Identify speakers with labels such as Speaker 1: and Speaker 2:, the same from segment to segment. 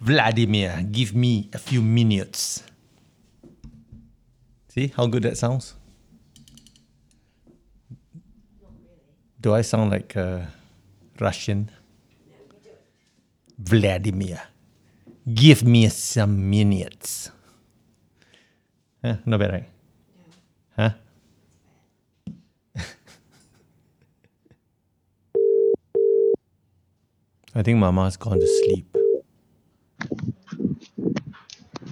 Speaker 1: Vladimir, give me a few minutes. See how good that sounds? Do I sound like uh, Russian? Vladimir, give me some minutes. Huh? Not bad, right? Huh? I think Mama's gone to sleep.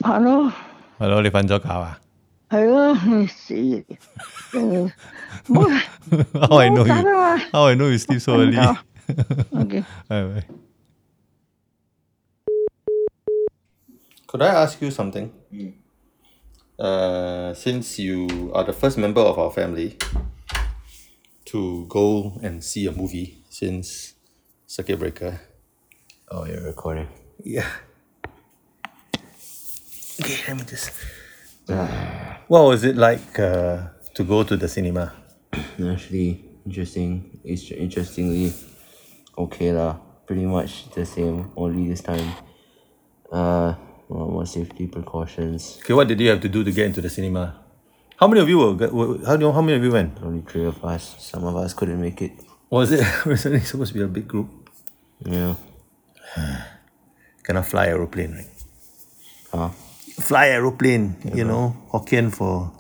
Speaker 2: Hello，
Speaker 1: Hello，你瞓咗覺啊
Speaker 2: 系咯，你事诶，冇
Speaker 1: ？How I know
Speaker 2: 冇搞
Speaker 1: you?
Speaker 2: 啊
Speaker 1: How I know you sleep so early？
Speaker 2: 瞓，OK，
Speaker 1: 係咪？Could I ask you something? Uh, since you are the first member of our family to go and see a movie since circuit breaker.
Speaker 3: Oh, you're recording.
Speaker 1: Yeah. Okay, let me just. what was it like uh, to go to the cinema?
Speaker 3: Actually, interesting. It's interestingly okay lah. Pretty much the same. Only this time, uh, a lot more safety precautions.
Speaker 1: Okay, what did you have to do to get into the cinema? How many of you were? were- How do, How many of you went?
Speaker 3: Only three of us. Some of us couldn't make it.
Speaker 1: Was it recently supposed to be a big group?
Speaker 3: Yeah.
Speaker 1: Cannot fly aeroplane, right?
Speaker 3: Huh?
Speaker 1: Fly aeroplane, you know, Hokkien for,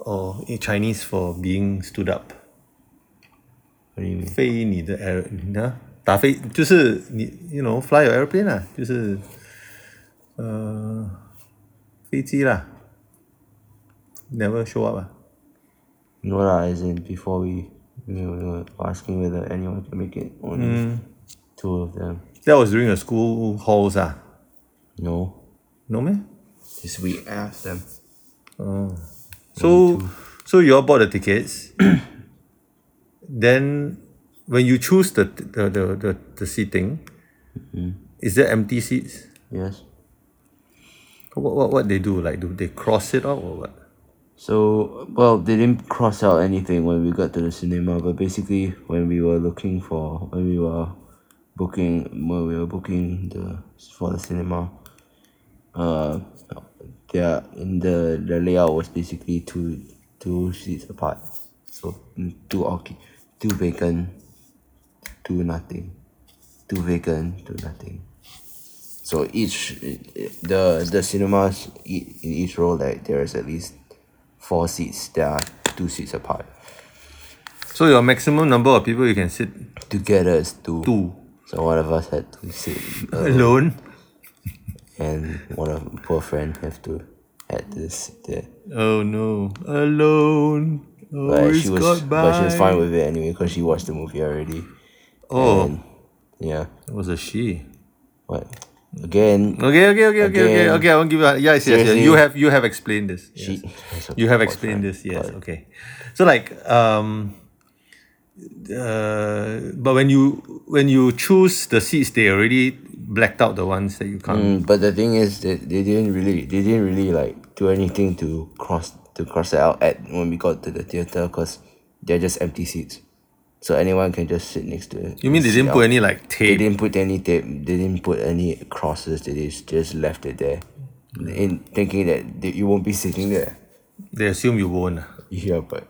Speaker 1: or eh, Chinese for being stood up.
Speaker 3: What do you mean?
Speaker 1: 飞你的 air 你呢？打飞就是你 you know fly your airplane 啊，就是呃飞机啦。Never uh, show up
Speaker 3: No lah. As in before we, we were asking whether anyone can make it. Only two of them.
Speaker 1: 啊。That was during a school halls
Speaker 3: No.
Speaker 1: No man.
Speaker 3: This week I asked them.
Speaker 1: So so you all bought the tickets. then when you choose the the the the, the seating,
Speaker 3: Mm-hmm.
Speaker 1: is there empty seats?
Speaker 3: Yes.
Speaker 1: What, what what they do? Like do they cross it out or what?
Speaker 3: So, well, they didn't cross out anything when we got to the cinema, but basically, when we were looking for, when we were booking, when we were booking the for the cinema, uh, yeah, in the the layout was basically two two seats apart, so mm, two occu- two vacant, two nothing, two vacant, two nothing. So each the the cinemas ea- in each row like there is at least four seats that are two seats apart.
Speaker 1: So your maximum number of people you can sit
Speaker 3: Together is two.
Speaker 1: two
Speaker 3: So one of us had to sit, uh,
Speaker 1: alone.
Speaker 3: and one of poor friend have to had to sit there.
Speaker 1: Oh no, alone.
Speaker 3: But
Speaker 1: Always
Speaker 3: she was
Speaker 1: got by.
Speaker 3: but she was fine with it anyway because she watched the movie already.
Speaker 1: Oh.
Speaker 3: And, yeah.
Speaker 1: It was a she.
Speaker 3: But again,
Speaker 1: Okay, okay, okay, okay, okay,
Speaker 3: Again.
Speaker 1: okay. I won't give you. A, yes, yes, yes.
Speaker 3: Seriously.
Speaker 1: You have, you have explained this.
Speaker 3: she,
Speaker 1: Yes. You have explained this. Yes. Okay. So like, um, uh, but when you when you choose the seats, they already blacked out the ones that you can't.
Speaker 3: Mm, but the thing is that they didn't really they didn't really like do anything to cross to cross it out at when we got to the theater because they're just empty seats, so anyone can just sit next to it.
Speaker 1: You mean they didn't put any like
Speaker 3: Mm. They
Speaker 1: tape?
Speaker 3: didn't put any tape. They didn't put any crosses. They just just left it there,
Speaker 1: Mm.
Speaker 3: in thinking that th- you won't be sitting there.
Speaker 1: They assume you won't. ah.
Speaker 3: Yeah, but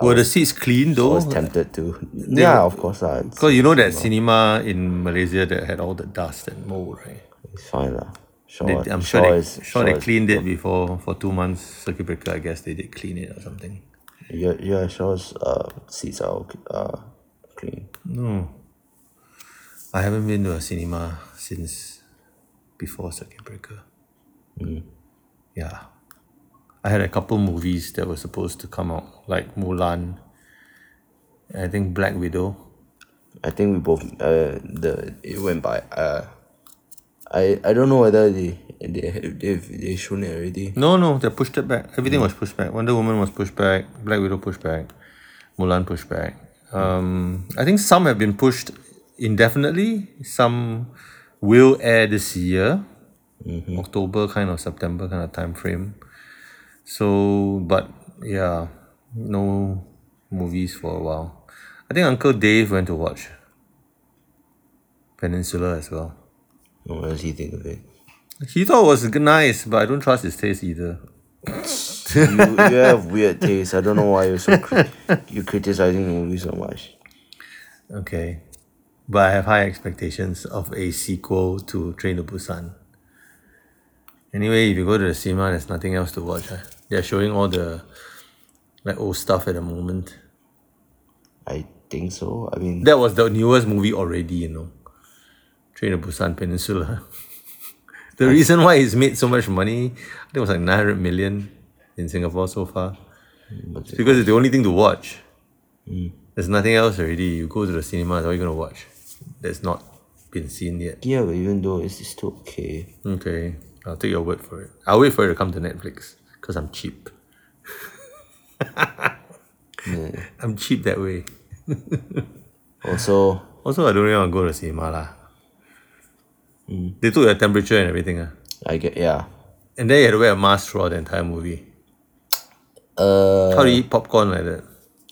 Speaker 1: Were the seats clean
Speaker 3: I
Speaker 1: though?
Speaker 3: was tempted to. Yeah, of course lah. It's,
Speaker 1: Because you know that cinema in Malaysia that had all the dust and mold, right?
Speaker 3: it's fine lah. Sure,
Speaker 1: They, I'm sure, they,
Speaker 3: is-
Speaker 1: sure they
Speaker 3: Oh, Shaw is-
Speaker 1: cleaned it before for two months circuit breaker. I guess they did clean it or something.
Speaker 3: Yeah, yeah, Shaw's uh seats are okay, uh clean.
Speaker 1: No, I haven't been to a cinema since before circuit breaker. Yeah, I had a couple movies that were supposed to come out, like Mulan. and I think Black Widow.
Speaker 3: I think we both uh the it went by uh I I don't know whether they they if they shown it already.
Speaker 1: No, no, they pushed it back. Everything was pushed back. Wonder Woman was pushed back. Black Widow pushed back. Mulan pushed back. Um, I think some have been pushed indefinitely. Some will air this year, October kind of September kind of time frame. So, but yeah, no movies for a while. I think Uncle Dave went to watch Peninsula as well.
Speaker 3: Or what does he think of it?
Speaker 1: He thought it was g- nice, but I don't trust his taste either.
Speaker 3: you, you have weird taste. I don't know why you're so cri- you're criticizing the movie so much.
Speaker 1: Okay. But I have high expectations of a sequel to Train to Busan. Anyway, if you go to the cinema, there's nothing else to watch. ah. They're showing all the like old stuff at the moment.
Speaker 3: I think so. I mean,
Speaker 1: That was the newest movie already, you know. Train to Busan Peninsula. the reason why it's made so much money, I think it was like 900 million in Singapore so far.
Speaker 3: but
Speaker 1: It's because it's the only thing to watch.
Speaker 3: Mm.
Speaker 1: There's nothing else already. You go to the cinema, that's all you're going to watch. That's not been seen yet.
Speaker 3: yeah, but even though it's it's still okay.
Speaker 1: Okay, I'll take your word for it. I'll wait for it to come to Netflix because I'm cheap.
Speaker 3: Yeah.
Speaker 1: I'm cheap that way.
Speaker 3: Also,
Speaker 1: Also, I don't really want to go to the cinema. lah.
Speaker 3: Mm.
Speaker 1: They took your temperature and everything. ah,
Speaker 3: I get yeah.
Speaker 1: And then you had to wear a mask throughout the entire movie.
Speaker 3: Uh,
Speaker 1: How do you eat popcorn like that?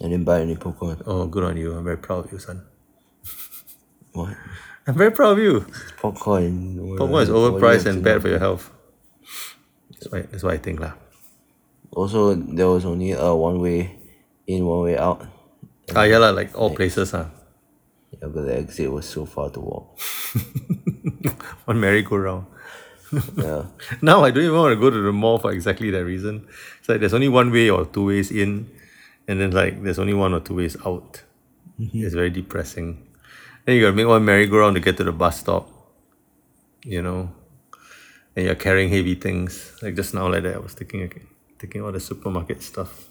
Speaker 3: I didn't buy any popcorn.
Speaker 1: Oh, good on you. I'm very proud of you, son.
Speaker 3: What?
Speaker 1: I'm very proud of you.
Speaker 3: Popcorn.
Speaker 1: Popcorn is
Speaker 3: What do you
Speaker 1: overpriced
Speaker 3: have
Speaker 1: and
Speaker 3: to
Speaker 1: bad
Speaker 3: know?
Speaker 1: for your health. That's why, that's what I think. lah.
Speaker 3: Also, there was only a uh, one way in, one way out.
Speaker 1: Ah, yeah, lah, like all places. ah,
Speaker 3: Yeah, but the exit was so far to walk.
Speaker 1: One merry-go-round.
Speaker 3: Yeah.
Speaker 1: Now I don't even want to go to the mall for exactly that reason. It's like there's only one way or two ways in, and then like there's only one or two ways out. It's very depressing. Then you gotta make one merry-go-round to get to the bus stop. You know, and you're carrying heavy things. Like just now, like that, I was taking taking all the supermarket stuff.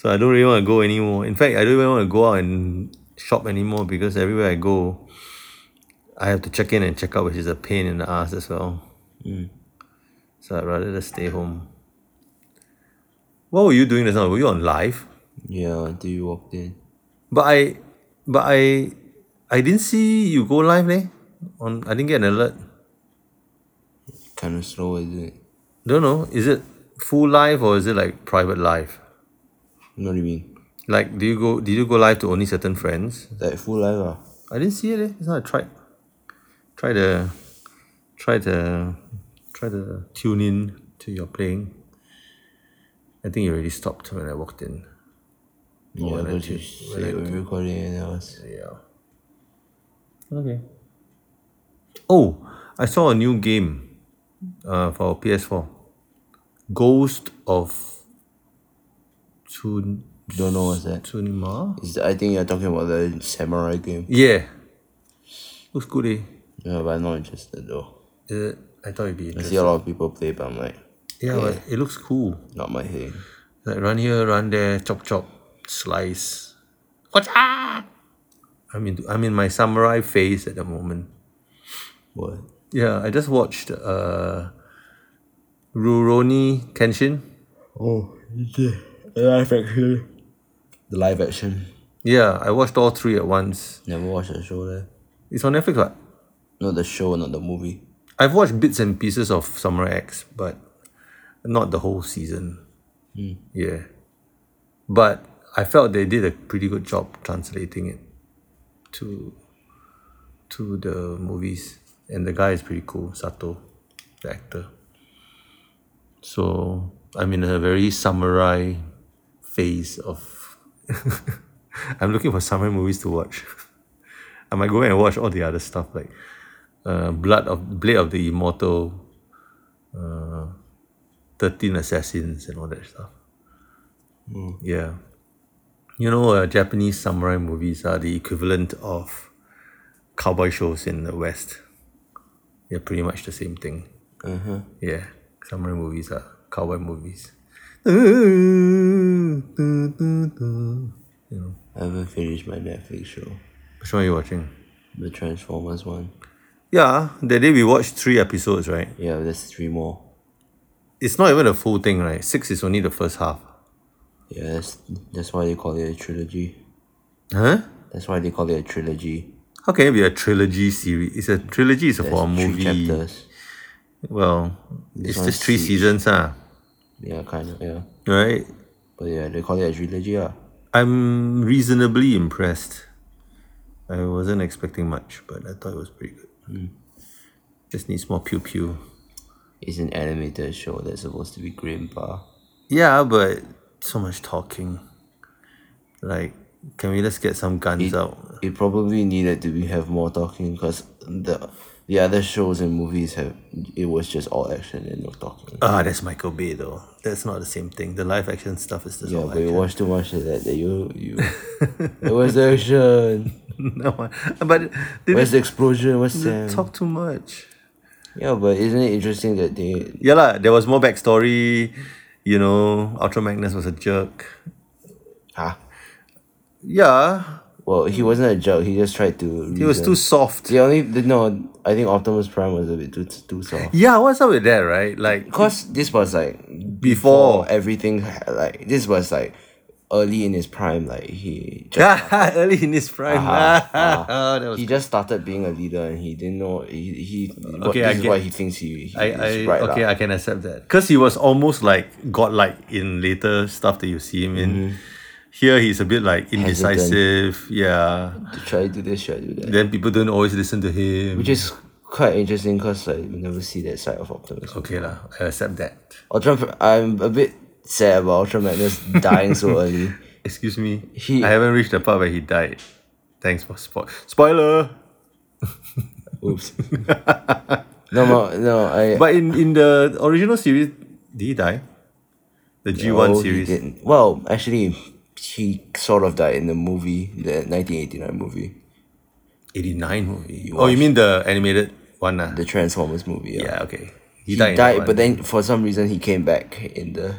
Speaker 1: So I don't really want to go anymore. In fact, I don't even want to go out and shop anymore because everywhere I go, I have to check in and check out, which is a pain in the ass as well. Mm. So I'd rather just stay home. What were you doing just now? Were you on live?
Speaker 3: Yeah, until you walked in.
Speaker 1: But I but I I didn't see you go live leh. On I didn't get an alert.
Speaker 3: Kind of slow, isn't it?
Speaker 1: Don't know, is it full live or is it like private live?
Speaker 3: You know what I mean?
Speaker 1: Like do you go did you go live to only certain friends?
Speaker 3: Like full life, ah.
Speaker 1: I didn't see it leh. It's not I tried try to try to try to tune in to your playing. I think you already stopped when I walked in.
Speaker 3: Yeah,
Speaker 1: when I
Speaker 3: because you
Speaker 1: did-
Speaker 3: said we're recording and I was.
Speaker 1: Yeah. Okay. Oh, I saw a new game uh, for PS4 Ghost of Tsun-
Speaker 3: Don't know what's that.
Speaker 1: Tsunima?
Speaker 3: Is I think you're talking about the samurai game.
Speaker 1: Yeah. Looks good, eh?
Speaker 3: Yeah, but I'm not interested though.
Speaker 1: Is it? I thought it'd be
Speaker 3: I
Speaker 1: interesting.
Speaker 3: see a lot of people play, but I'm like,
Speaker 1: Yeah, but it looks cool.
Speaker 3: not my thing.
Speaker 1: Like run here, run there, chop chop, slice. Watch ah! I'm in, I'm in my samurai phase at the moment.
Speaker 3: What?
Speaker 1: Yeah, I just watched uh, Rurouni Kenshin.
Speaker 3: Oh, the live action. The live action.
Speaker 1: Yeah, I watched all three at once.
Speaker 3: Never watched the show there.
Speaker 1: It's on Netflix, what?
Speaker 3: Not the show, not the movie.
Speaker 1: I've watched bits and pieces of Samurai X, but not the whole season. Yeah. But I felt they did a pretty good job translating it to to the movies. And the guy is pretty cool, Sato, the actor. So I'm in a very samurai phase of I'm looking for samurai movies to watch. I might go and watch all the other stuff like uh, Blood of Blade of the Immortal, uh, Thirteen Assassins, and all that stuff. Yeah, you know, uh, Japanese samurai movies are the equivalent of cowboy shows in the West. They're pretty much the same thing.
Speaker 3: Uh-huh.
Speaker 1: Yeah, samurai movies are cowboy movies. You know,
Speaker 3: I haven't finished my Netflix show.
Speaker 1: which one are you watching?
Speaker 3: The Transformers one.
Speaker 1: Yeah, the day we watched three episodes, right?
Speaker 3: Yeah, there's three more.
Speaker 1: It's not even a full thing, right? Six is only the first half.
Speaker 3: Yeah, that's, that's why they call it a trilogy.
Speaker 1: Huh?
Speaker 3: That's why they call it a trilogy.
Speaker 1: How can it be a trilogy series? It's a trilogy is for a
Speaker 3: There's
Speaker 1: movie.
Speaker 3: Three chapters.
Speaker 1: Well, it's
Speaker 3: one's
Speaker 1: just three
Speaker 3: six.
Speaker 1: seasons, ah.
Speaker 3: Yeah, kind of, yeah.
Speaker 1: Right?
Speaker 3: But yeah, they call it a trilogy, ah.
Speaker 1: I'm reasonably
Speaker 3: Hmm.
Speaker 1: impressed. I wasn't expecting much, but I thought it was pretty good. Just needs more pew pew.
Speaker 3: It's an animated show that's supposed to be grim, bar.
Speaker 1: Yeah, but so much talking. Like, can we just get some guns out?
Speaker 3: It probably needed to be have more talking because the the other shows and movies have it was just all action and no talking.
Speaker 1: Ah, that's Michael Bay though. That's not the same thing. The live action stuff is just
Speaker 3: yeah,
Speaker 1: all
Speaker 3: but you
Speaker 1: action.
Speaker 3: watch too much of that. That you you. it was action.
Speaker 1: no, but they just
Speaker 3: Where's the explosion? What's
Speaker 1: they
Speaker 3: that?
Speaker 1: talk too much.
Speaker 3: Yeah, but isn't it interesting that they
Speaker 1: Yeah, lah. There was more backstory. You know, Ultra Magnus was a jerk.
Speaker 3: ah
Speaker 1: Yeah,
Speaker 3: well he wasn't a joke. He just tried to.
Speaker 1: he was too soft.
Speaker 3: The only the, no, I think Optimus Prime was a bit too too soft.
Speaker 1: Yeah, what's up with that, right? Like,
Speaker 3: Cause this was like
Speaker 1: Before.
Speaker 3: everything ha- like this was like early in his prime. Like he just
Speaker 1: early in his prime.
Speaker 3: Ah,
Speaker 1: Ah, that was
Speaker 3: he just started being a leader and he didn't know he he what,
Speaker 1: Okay,
Speaker 3: this
Speaker 1: I
Speaker 3: is
Speaker 1: get-
Speaker 3: what he thinks he, he
Speaker 1: I,
Speaker 3: is
Speaker 1: I
Speaker 3: right
Speaker 1: okay,
Speaker 3: lah.
Speaker 1: I can accept that because he was almost like godlike in later stuff that you see him in.
Speaker 3: Mm-hmm.
Speaker 1: Here, he's a bit like indecisive. Yeah,
Speaker 3: to try to do this, try to do that,
Speaker 1: then people don't always listen to him.
Speaker 3: which is quite interesting because like we never see that side of Optimus.
Speaker 1: okay lah, I accept that.
Speaker 3: Ultra, I'm a bit sad about Ultra Magnus dying so early.
Speaker 1: Excuse me,
Speaker 3: He-
Speaker 1: I haven't reached the part where he died. Thanks for spoil spoiler.
Speaker 3: Oops. no, no, no, I.
Speaker 1: But in in the original series, did he die? The G one
Speaker 3: Oh,
Speaker 1: series.
Speaker 3: He didn't. Well, actually, he sort of died in the movie, the 1989 movie,
Speaker 1: 89 movie. Oh, you mean the animated one? ah?
Speaker 3: the Transformers movie.
Speaker 1: yeah, okay.
Speaker 3: He,
Speaker 1: in
Speaker 3: died,
Speaker 1: that one.
Speaker 3: but then for some reason he came back in the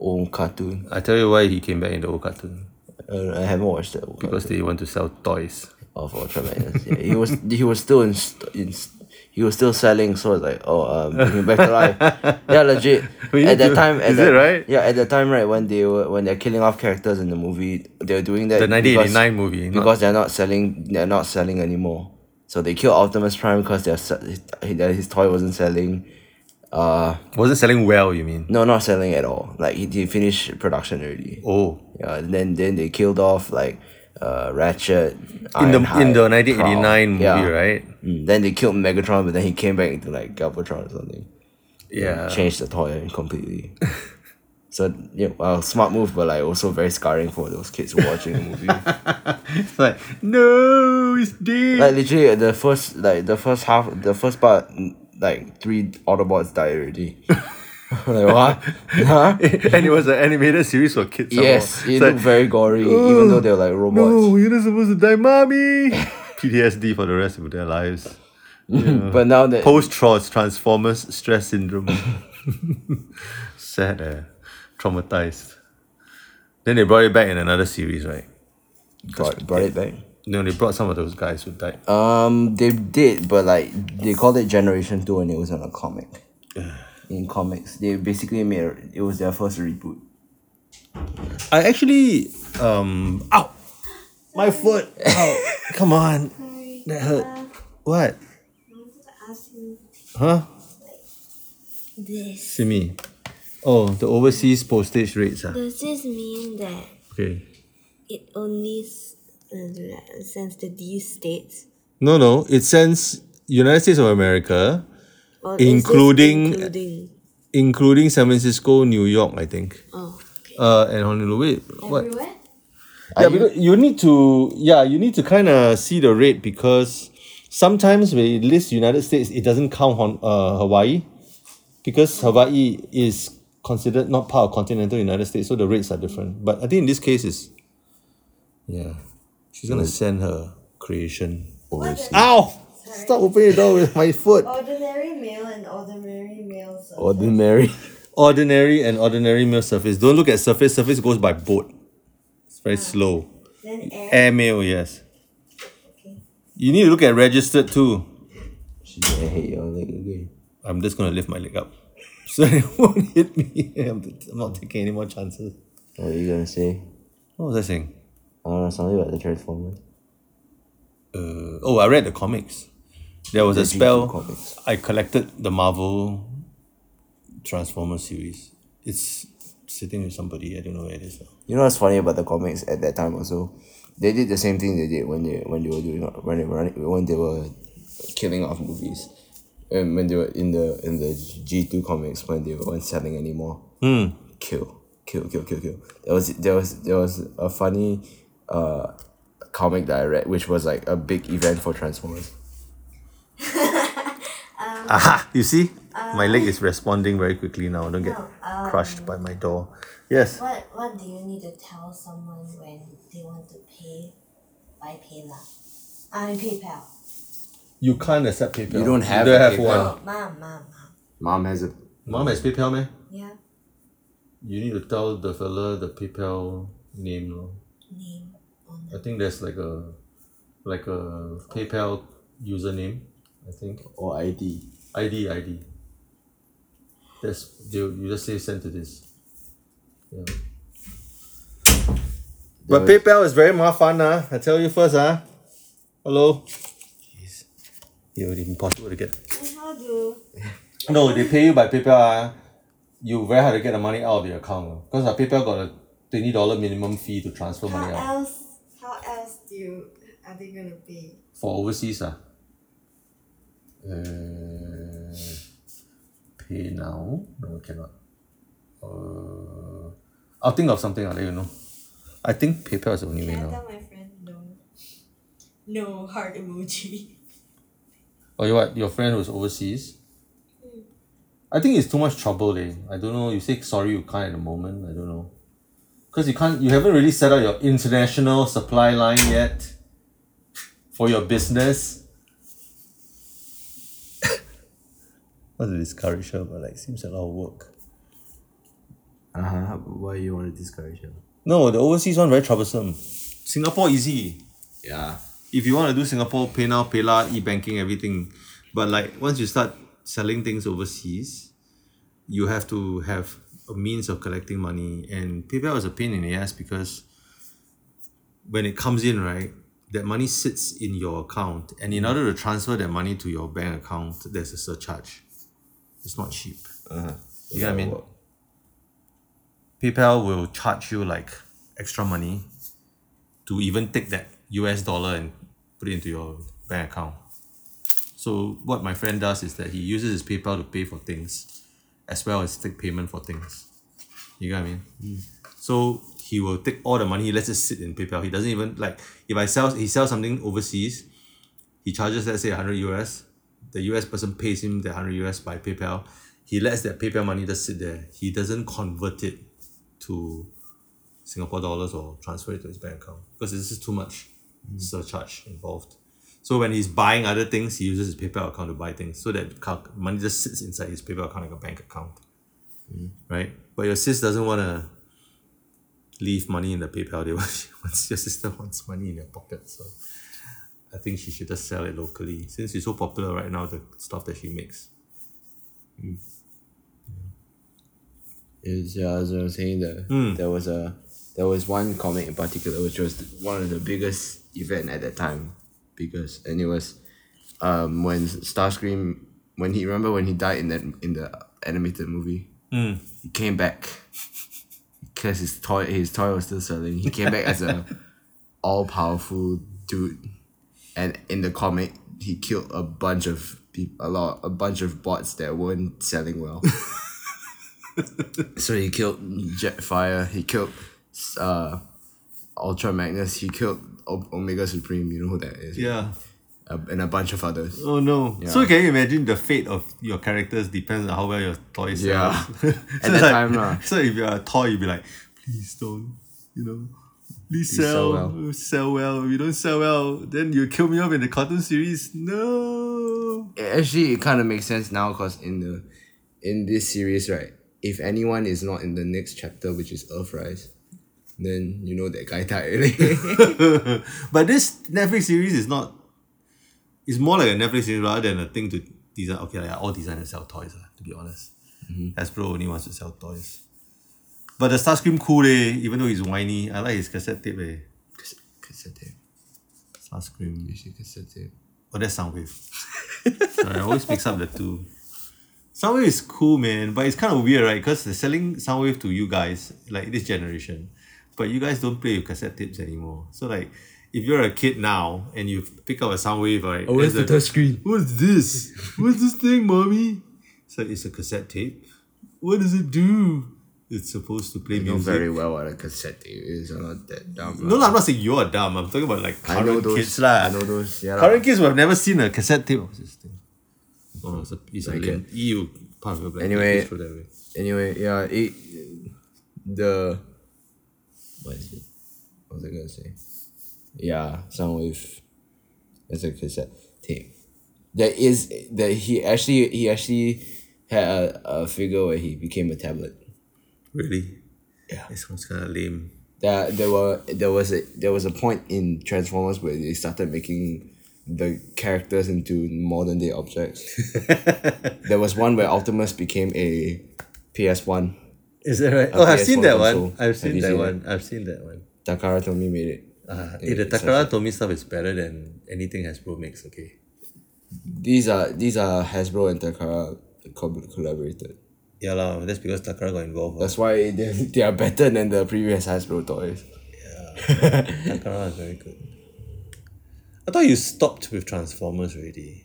Speaker 3: old cartoon.
Speaker 1: I tell you why he came back in the old cartoon.
Speaker 3: Uh, I haven't watched that old
Speaker 1: Because they want to sell toys.
Speaker 3: cartoon of Ultraman. yeah, he was he was still in, st- in st- he was still selling, so it's like oh um bring him back to life. yeah, legit.
Speaker 1: We
Speaker 3: at
Speaker 1: need
Speaker 3: that
Speaker 1: to-
Speaker 3: time, at
Speaker 1: is
Speaker 3: that,
Speaker 1: it right?
Speaker 3: Yeah, at that time, right when they were when they're killing off characters in the movie, they're doing that
Speaker 1: The
Speaker 3: because-
Speaker 1: 1989 movie. not-
Speaker 3: because they're not selling they're not selling anymore. So they killed Optimus Prime because their se- his, his toy wasn't selling. Uh
Speaker 1: wasn't selling well, you mean?
Speaker 3: no, not selling at all. Like he, he finished production already.
Speaker 1: Oh.
Speaker 3: Yeah, and then then they killed off like uh Ratchet
Speaker 1: In the,
Speaker 3: Ironhide,
Speaker 1: in the
Speaker 3: Prowl.
Speaker 1: 1989 movie,
Speaker 3: Yeah.
Speaker 1: right?
Speaker 3: Mm, then they killed Megatron, but then he came back into like Galvatron or something.
Speaker 1: Yeah.
Speaker 3: Changed the toy completely. so yeah, well, smart move, but like also very scarring for those kids watching the movie.
Speaker 1: It's like, no, it's dead.
Speaker 3: Like literally at the first like the first half the first part n- like three Autobots died already. like what? Huh?
Speaker 1: and it was an animated series for kids. some more.
Speaker 3: Yes, it
Speaker 1: It's like,
Speaker 3: looked very gory, even though they were like robots.
Speaker 1: no, you're not supposed to die, mommy. PTSD for the rest of their lives.
Speaker 3: But now that
Speaker 1: Post traumas, Transformers, stress syndrome. Sad, eh? Traumatized. Then they brought it back in another series, right?
Speaker 3: brought, brought it back.
Speaker 1: No, they brought some of those guys who died.
Speaker 3: Um, they did, but like they called it Generation Two, and it was on a comic. In comics, they basically made a, it was their first reboot.
Speaker 1: I actually, um, ow, my foot. Ow. Come on, that hurt. What?
Speaker 4: I wanted to ask you
Speaker 1: Huh?
Speaker 4: this.
Speaker 1: Simi. Oh, the overseas postage rates. Ah.
Speaker 4: Does this mean that
Speaker 1: Okay.
Speaker 4: it only s- uh, sends to these states?
Speaker 1: No, no. It sends United States of America,
Speaker 4: Or is this
Speaker 1: Including-
Speaker 4: including.
Speaker 1: including San Francisco, New York, I think.
Speaker 4: Oh, okay.
Speaker 1: Uh, and Honolulu. Wait, what?
Speaker 4: Everywhere?
Speaker 1: Yeah, because you need to yeah, you need to kind of see the rate because sometimes when it lists United States, it doesn't count on uh, Hawaii because Hawaii is considered not part of continental United States, so the rates are different. But I think in this case is yeah, she's gonna send her creation overseas. Ow! Stop opening the door with my foot.
Speaker 4: Ordinary male and ordinary male.
Speaker 3: Ordinary.
Speaker 1: Ordinary and ordinary mail surface. Don't look at surface. Surface goes by boat. It's
Speaker 3: Ah.
Speaker 1: very slow.
Speaker 4: Then air.
Speaker 1: Airmail, yes.
Speaker 4: Okay.
Speaker 1: You need to look at registered too.
Speaker 3: She's gonna hit your leg again.
Speaker 1: I'm just gonna lift my leg up so it won't hit me. I'm, I'm not taking any more chances.
Speaker 3: What are you gonna say?
Speaker 1: What was I saying?
Speaker 3: I don't know something about the Transformers.
Speaker 1: Uh, oh, I read the comics. There was
Speaker 3: The
Speaker 1: a
Speaker 3: GQ
Speaker 1: spell.
Speaker 3: comics.
Speaker 1: I collected the Marvel Transformers series. It's sitting with somebody. I don't know where it is. Now.
Speaker 3: You know what's funny about the comics at that time also? They did the same thing they did when they when they were doing when they were when they were killing off movies. um, when they were in the in the G two comics when they weren't selling anymore. Kill, kill, kill, kill, kill. There was there was there was a funny, uh, comic that I read, which was like a big event for Transformers.
Speaker 1: Aha! You see? my leg is responding very quickly now. Don't get crushed by my door. Yes.
Speaker 4: What What do you need to tell someone when they want to pay by PayLah? I mean PayPal.
Speaker 1: You can't accept PayPal.
Speaker 3: You don't have
Speaker 1: You don't
Speaker 3: a
Speaker 1: have
Speaker 3: PayPal.
Speaker 1: one.
Speaker 4: Oh, mom, mom, mom.
Speaker 3: Mom has a
Speaker 1: Mom has PayPal, man.
Speaker 4: Yeah.
Speaker 1: You need to tell the fella the PayPal name. lor.
Speaker 4: Name on
Speaker 1: I think there's like a like a PayPal username. I think
Speaker 3: or ID.
Speaker 1: ID ID. That's you. You just say send to this. Yeah. But
Speaker 3: There was-
Speaker 1: PayPal is very mafan, ah. I tell you first, ah. Hello. Jeez. Yeah, it's impossible to get.
Speaker 4: And how do?
Speaker 1: No, they pay you by PayPal, ah. You very hard to get the money out of your account, ah. because ah, PayPal got a twenty dollar minimum fee to transfer
Speaker 4: How
Speaker 1: money out
Speaker 4: else? How else do you, are they gonna pay?
Speaker 1: for overseas, ah. Uh, pay now? No, cannot. Uh, I'll think of something. I'll let you know. I think PayPal is the only way
Speaker 4: Can I
Speaker 1: now.
Speaker 4: tell my friend no? No heart emoji.
Speaker 1: Or you what? Your friend who's overseas. I think it's too much trouble, eh? I don't know. You say sorry, you can't at the moment. I don't know, because you can't. You haven't really set up your international supply line yet. For your business. Not to discourage her, but like seems a lot of work.
Speaker 3: Uh-huh. Why you want to discourage her?
Speaker 1: No, the overseas one very troublesome. Singapore easy.
Speaker 3: Yeah.
Speaker 1: If you want to do Singapore PayNow, PayLah, e-banking, everything, but like once you start selling things overseas, you have to have a means of collecting money, and PayPal is a pain in the ass because when it comes in, right, that money sits in your account, and in order to transfer that money to your bank account, there's a surcharge. It's not cheap.
Speaker 3: Uh-huh.
Speaker 1: You get what I mean? PayPal will charge you like extra money to even take that US dollar and put it into your bank account. So what my friend does is that he uses his PayPal to pay for things as well as take payment for things. You get what I mean? So he will take all the money, he lets it sit in PayPal. He doesn't even like if I sell he sells something overseas, he charges let's say 100 US. The US person pays him the 100 US by PayPal. He lets that PayPal money just sit there. He doesn't convert it to Singapore dollars or transfer it to his bank account because this is too much surcharge involved. So when he's buying other things, he uses his PayPal account to buy things so that cal- money just sits inside his PayPal account like a bank account, right? But your sis doesn't want to leave money in the PayPal. They want, she wants your sister wants money in your pocket, so I think she should just sell it locally since she's so popular right now. The stuff that she makes.
Speaker 3: It's, yeah, as I was saying, that
Speaker 1: Mm.
Speaker 3: there was a there was one comic in particular which was one of the biggest event at that time, because and it was, um, when Starscream when he remember when he died in that in the animated movie,
Speaker 1: Mm.
Speaker 3: he came back, because his toy his toy was still selling. He came back as a all powerful dude, and in the comic he killed a bunch of people, a lot a bunch of bots that weren't selling well. So he killed Jetfire. He killed uh, Ultra Magnus. He killed o- Omega Supreme. You know who that is?
Speaker 1: Yeah.
Speaker 3: Uh, and a bunch of others.
Speaker 1: Oh no! So can you imagine the fate of your characters depends on how well your toy sells.
Speaker 3: Yeah.
Speaker 1: so
Speaker 3: At
Speaker 1: it's
Speaker 3: that
Speaker 1: like-
Speaker 3: time lah.
Speaker 1: So if you're a toy, you'd be like, please don't, you know, please,
Speaker 3: sell
Speaker 1: sell,
Speaker 3: well."
Speaker 1: sell well. If you don't sell well, then you kill me off in the cartoon series. No.
Speaker 3: It- Actually, it kind of makes sense now because in the in this series, right? If anyone is not in the next chapter, which is Earthrise, then you know that guy died. already.
Speaker 1: but this Netflix series is not. It's more like a Netflix series rather than a thing to design. Okay, like all designers sell toys. ah, to be honest, Hasbro only wants to sell toys. But the Starscream cool eh, even though he's whiny. I like his cassette tape eh.
Speaker 3: Cas- cassette tape.
Speaker 1: Starscream.
Speaker 3: You see cassette tape.
Speaker 1: Oh, that's Soundwave. Sorry, I always mix up the two. Soundwave is cool, man, but it's kind of weird, right? Because they're selling Soundwave to you guys, like this generation, but you guys don't play with cassette tapes anymore. So like, if you're a kid now and you pick up a sound wave, right?
Speaker 5: Oh, where's the
Speaker 1: there's
Speaker 5: touch screen?
Speaker 1: What's this? What's this thing, mommy? So it's a cassette tape. What does it do? It's supposed to play
Speaker 3: I know
Speaker 1: music.
Speaker 3: very well what a cassette tape is. I'm not that dumb.
Speaker 1: No,
Speaker 3: lah.
Speaker 1: lah, I'm not saying you're dumb. I'm talking about like
Speaker 3: I
Speaker 1: current
Speaker 3: know those.
Speaker 1: kids, lah.
Speaker 3: I know those. Yeah, lah.
Speaker 1: Current kids would have never seen a cassette tape of this thing. Oh, it's a, it's a
Speaker 3: Okay.
Speaker 1: lame EU part of the black
Speaker 3: Anyway.
Speaker 1: tape, it's that way.
Speaker 3: Anyway, yeah, it the what is it? What was I gonna say? Yeah, Soundwave as a cassette tape. There is that he actually he actually had a, a figure where he became a tablet.
Speaker 1: Really?
Speaker 3: Yeah.
Speaker 1: It sounds kind of lame.
Speaker 3: There, there were there was a there was a point in Transformers where they started making the characters into modern day objects. there was one where Optimus became a PS one.
Speaker 1: Is that right?
Speaker 3: A
Speaker 1: Oh, I've
Speaker 3: PS4
Speaker 1: seen that
Speaker 3: console.
Speaker 1: one. I've
Speaker 3: Have
Speaker 1: seen
Speaker 3: you
Speaker 1: that
Speaker 3: seen
Speaker 1: one. I've seen that one.
Speaker 3: Takara Tomy made it.
Speaker 1: Uh,
Speaker 3: Yeah,
Speaker 1: eh, the
Speaker 3: it's such
Speaker 1: Takara Tomy stuff is better than anything Hasbro makes, okay?
Speaker 3: These are these are Hasbro and Takara co- collaborated.
Speaker 1: Yeah, lah. that's because Takara got involved.
Speaker 3: That's why they, they are better than the previous Hasbro toys.
Speaker 1: huh? Takara is very good. I thought you stopped with Transformers already.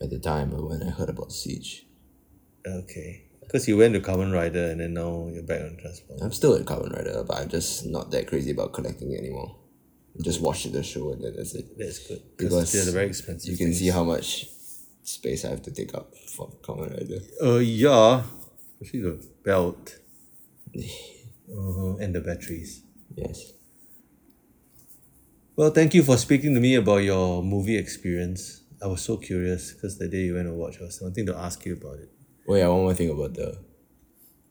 Speaker 3: At the time, but when I heard about Siege,
Speaker 1: Okay. Because you went to Kamen Rider and then now you're back on Transformers.
Speaker 3: I'm still a Kamen Rider, but I'm just not that crazy about collecting it anymore. I just watched the show and then that's it.
Speaker 1: That's good. Because
Speaker 3: Because
Speaker 1: they're very expensive.
Speaker 3: You can
Speaker 1: things.
Speaker 3: see how much space I have to take up for Kamen Rider.
Speaker 1: Uh, yeah. Especially the belt. uh And the batteries.
Speaker 3: Yes.
Speaker 1: Well, thank you for speaking to me about your movie experience. I was so curious because the day you went to watch, I was wanting to ask you about it.
Speaker 3: Oh yeah, one more thing about the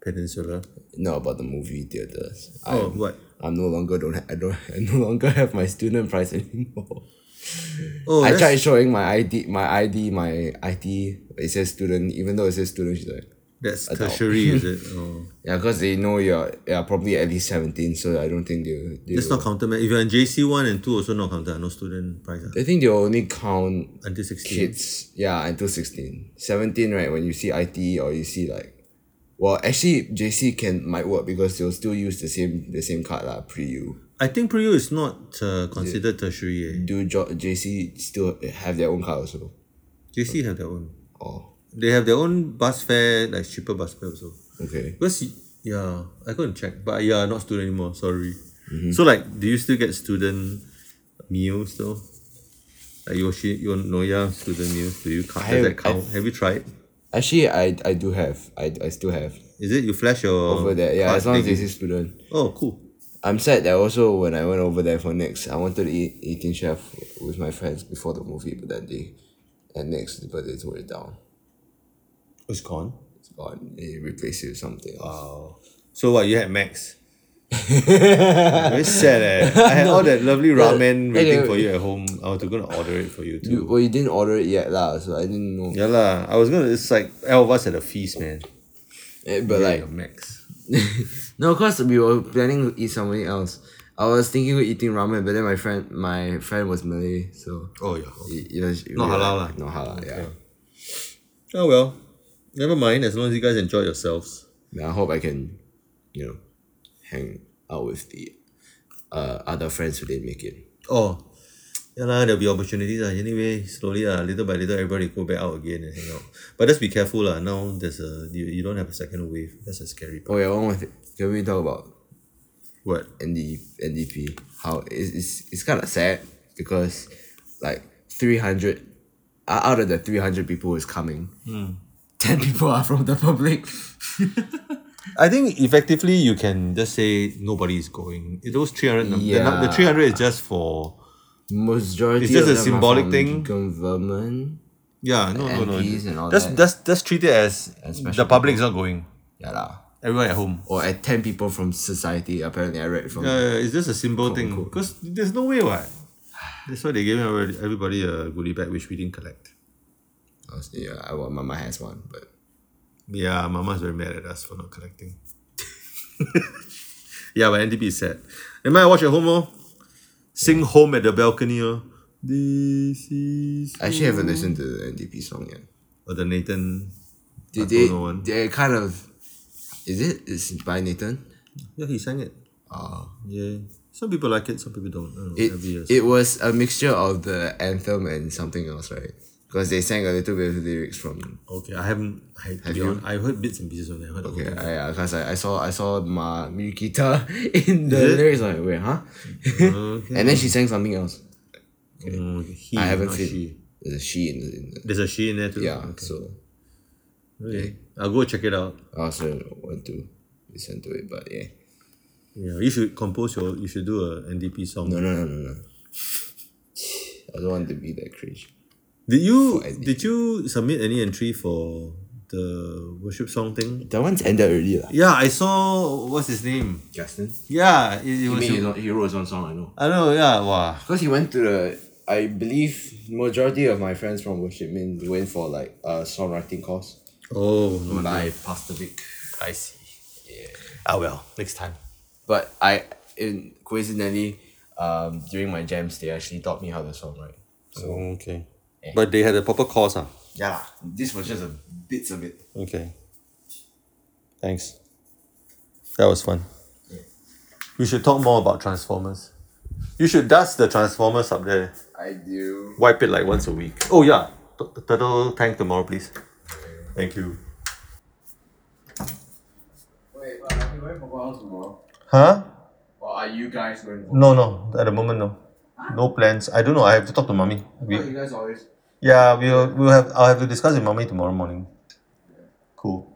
Speaker 1: Peninsula.
Speaker 3: no about the movie theaters.
Speaker 1: Oh,
Speaker 3: I'm,
Speaker 1: what?
Speaker 3: I'm no longer don't ha- I don't I no longer have my student price anymore.
Speaker 1: Oh,
Speaker 3: I
Speaker 1: that's-
Speaker 3: tried showing my ID, my ID, my IT. It says student, even though it says student. She's like,
Speaker 1: That's
Speaker 3: Adult.
Speaker 1: tertiary, is it? Oh.
Speaker 3: yeah, because they know you're, yeah, probably at least seventeen. So I don't think they. they
Speaker 1: That's
Speaker 3: will-
Speaker 1: not counted, man. If you're in JC one and two, also not counted. No student price. ah.
Speaker 3: I think they only count
Speaker 1: Until sixteen.
Speaker 3: kids, yeah, until sixteen. Seventeen, right? When you see IT or you see like, well, actually, JC can might work because they'll still use the same the same card lah. Pre U.
Speaker 1: I think pre is not uh, considered tertiary.
Speaker 3: Do jo- JC still have their own card also?
Speaker 1: Eh. JC have their own.
Speaker 3: Oh,
Speaker 1: They have their own bus fare, like cheaper bus fare also.
Speaker 3: okay.
Speaker 1: Because y- yeah, I couldn't check, but yeah, not student anymore. Sorry.
Speaker 3: Mm-hmm.
Speaker 1: So like, do you still get student meals though? Like Yoshi, your Noya student meals. Do you count?
Speaker 3: I-
Speaker 1: Does that
Speaker 3: I-
Speaker 1: count? have you tried?
Speaker 3: Actually, I I do have. I I still have.
Speaker 1: Is it you flash your
Speaker 3: over there. Yeah,
Speaker 1: card
Speaker 3: as long as
Speaker 1: thing?
Speaker 3: it's a student.
Speaker 1: Oh, cool.
Speaker 3: I'm sad that also when I went over there for next, I wanted to eat 18 Chef with my friends before the movie, but then they, and next, but they tore it down.
Speaker 1: It's gone.
Speaker 3: It's gone. They replaced it with something else.
Speaker 1: Wow. Oh. So what you had Max? Very sad eh. I had all that lovely ramen waiting
Speaker 3: anyway.
Speaker 1: for you at home. I was gonna order it for you too.
Speaker 3: You, well, you didn't order it yet, lah, so I didn't know.
Speaker 1: yeah lah. I was gonna. It's like all of us at a feast, man.
Speaker 3: Eh, but
Speaker 1: Yeah,
Speaker 3: like,
Speaker 1: your Max.
Speaker 3: no, because we were planning to eat something else. I was thinking of eating ramen, but then my friend, my friend was Malay, so
Speaker 1: Oh yeah.
Speaker 3: it, it was,
Speaker 1: Not halal lah.
Speaker 3: No halal, yeah.
Speaker 1: Oh well, never mind. As long as you guys enjoy yourselves.
Speaker 3: I hope I can, you know, hang out with the uh, other friends who didn't make it.
Speaker 1: Oh, yeah lah. There'll be opportunities lah. Anyway, slowly lah, little by little, everybody go back out again and hang out. But just be careful lah. Now there's a you, you don't have a second wave. That's a scary part.
Speaker 3: Oh yeah, one more thing. Can we talk about
Speaker 1: What?
Speaker 3: ND, NDP? How it's it's, it's kind of sad because like three hundred uh, out of the three hundred people who's coming,
Speaker 1: Hmm.
Speaker 3: ten people are from the public.
Speaker 1: I think effectively you can just say nobody is going. Those three hundred, the, the
Speaker 3: Yeah.
Speaker 1: three hundred is just for
Speaker 3: Majority.
Speaker 1: It's just a
Speaker 3: of them are
Speaker 1: symbolic
Speaker 3: from
Speaker 1: thing.
Speaker 3: Government.
Speaker 1: yeah, no, no, no.
Speaker 3: MPs and all
Speaker 1: that's
Speaker 3: that.
Speaker 1: that's that's treated as
Speaker 3: As special
Speaker 1: the public is not going.
Speaker 3: Yeah lah.
Speaker 1: Everyone at home.
Speaker 3: Or at ten people from society. Apparently, I read from.
Speaker 1: Yeah, yeah, it's just a symbol thing because there's no way what. That's why they gave everybody- everybody a goodie bag which we didn't collect.
Speaker 3: I was, yeah, I well, Mama has one, but
Speaker 1: Yeah, Mama's very mad at us for not collecting. yeah, but NDP is sad. Am I watch at home? Oh, sing home at the balcony. Oh, this is
Speaker 3: I actually haven't listened to the NDP song yet.
Speaker 1: or the Nathan.
Speaker 3: Did
Speaker 1: Arturo one.
Speaker 3: they? They kind of. Is it? It's by Nathan.
Speaker 1: Yeah, he sang it.
Speaker 3: Oh.
Speaker 1: Yeah. Some people like it, some people don't. I don't know,
Speaker 3: It,
Speaker 1: every year.
Speaker 3: it was a mixture of the anthem and something else, right? Because they sang a little bit of the lyrics from.
Speaker 1: okay, I haven't. I, to
Speaker 3: Have
Speaker 1: be
Speaker 3: you?
Speaker 1: hon- I heard bits and pieces of it. I heard
Speaker 3: Okay,
Speaker 1: okay.
Speaker 3: I because I, I saw I saw Ma Miyukita in the
Speaker 1: it?
Speaker 3: lyrics. I'm like, wait, huh?
Speaker 1: okay.
Speaker 3: and then she sang something else.
Speaker 1: Mm, he,
Speaker 3: I haven't
Speaker 1: not
Speaker 3: seen.
Speaker 1: she.
Speaker 3: There's a she in the. In the
Speaker 1: There's a she in there too.
Speaker 3: yeah,
Speaker 1: Okay.
Speaker 3: so
Speaker 1: Okay. I'll go check it out.
Speaker 3: I also want to listen to it, but yeah.
Speaker 1: Yeah, you should compose your. You should do a NDP song.
Speaker 3: No, no, no, no, no. I don't want to be that cringe.
Speaker 1: Did you
Speaker 3: For NDP.
Speaker 1: did you submit any entry for the worship song thing?
Speaker 3: That one's ended already, lah.
Speaker 1: Yeah, I saw what's his name.
Speaker 3: Justin.
Speaker 1: Yeah, it, it
Speaker 3: You
Speaker 1: was.
Speaker 3: mean he, he wrote his own song, I know.
Speaker 1: I know. Yeah, wow.
Speaker 3: Because he went to the, I believe majority of my friends from Worship Min went for like a songwriting course.
Speaker 1: Oh, no.
Speaker 3: By Pastor Vic.
Speaker 1: I see. Ah well, next time.
Speaker 3: But I, in coincidentally, um, during my jams, they actually taught me how to songwrite.
Speaker 1: Okay. But they had a proper course, huh?
Speaker 3: Yeah, lah. this was just a bits of it.
Speaker 1: Okay. Thanks. That was fun. We should talk more about Transformers. You should dust the Transformers up there.
Speaker 3: I do.
Speaker 1: Wipe it like once a week. Oh yeah. T- turtle tank tomorrow, please. Thank you.
Speaker 3: Wait, well, are we going for one tomorrow?
Speaker 1: Huh?
Speaker 3: Or are you guys going for
Speaker 1: No, no. At the moment, no. No plans. I don't know. I have to talk to mommy.
Speaker 3: guys always.
Speaker 1: yeah, we'll we'll have. I'll have to discuss with mommy tomorrow morning. Cool.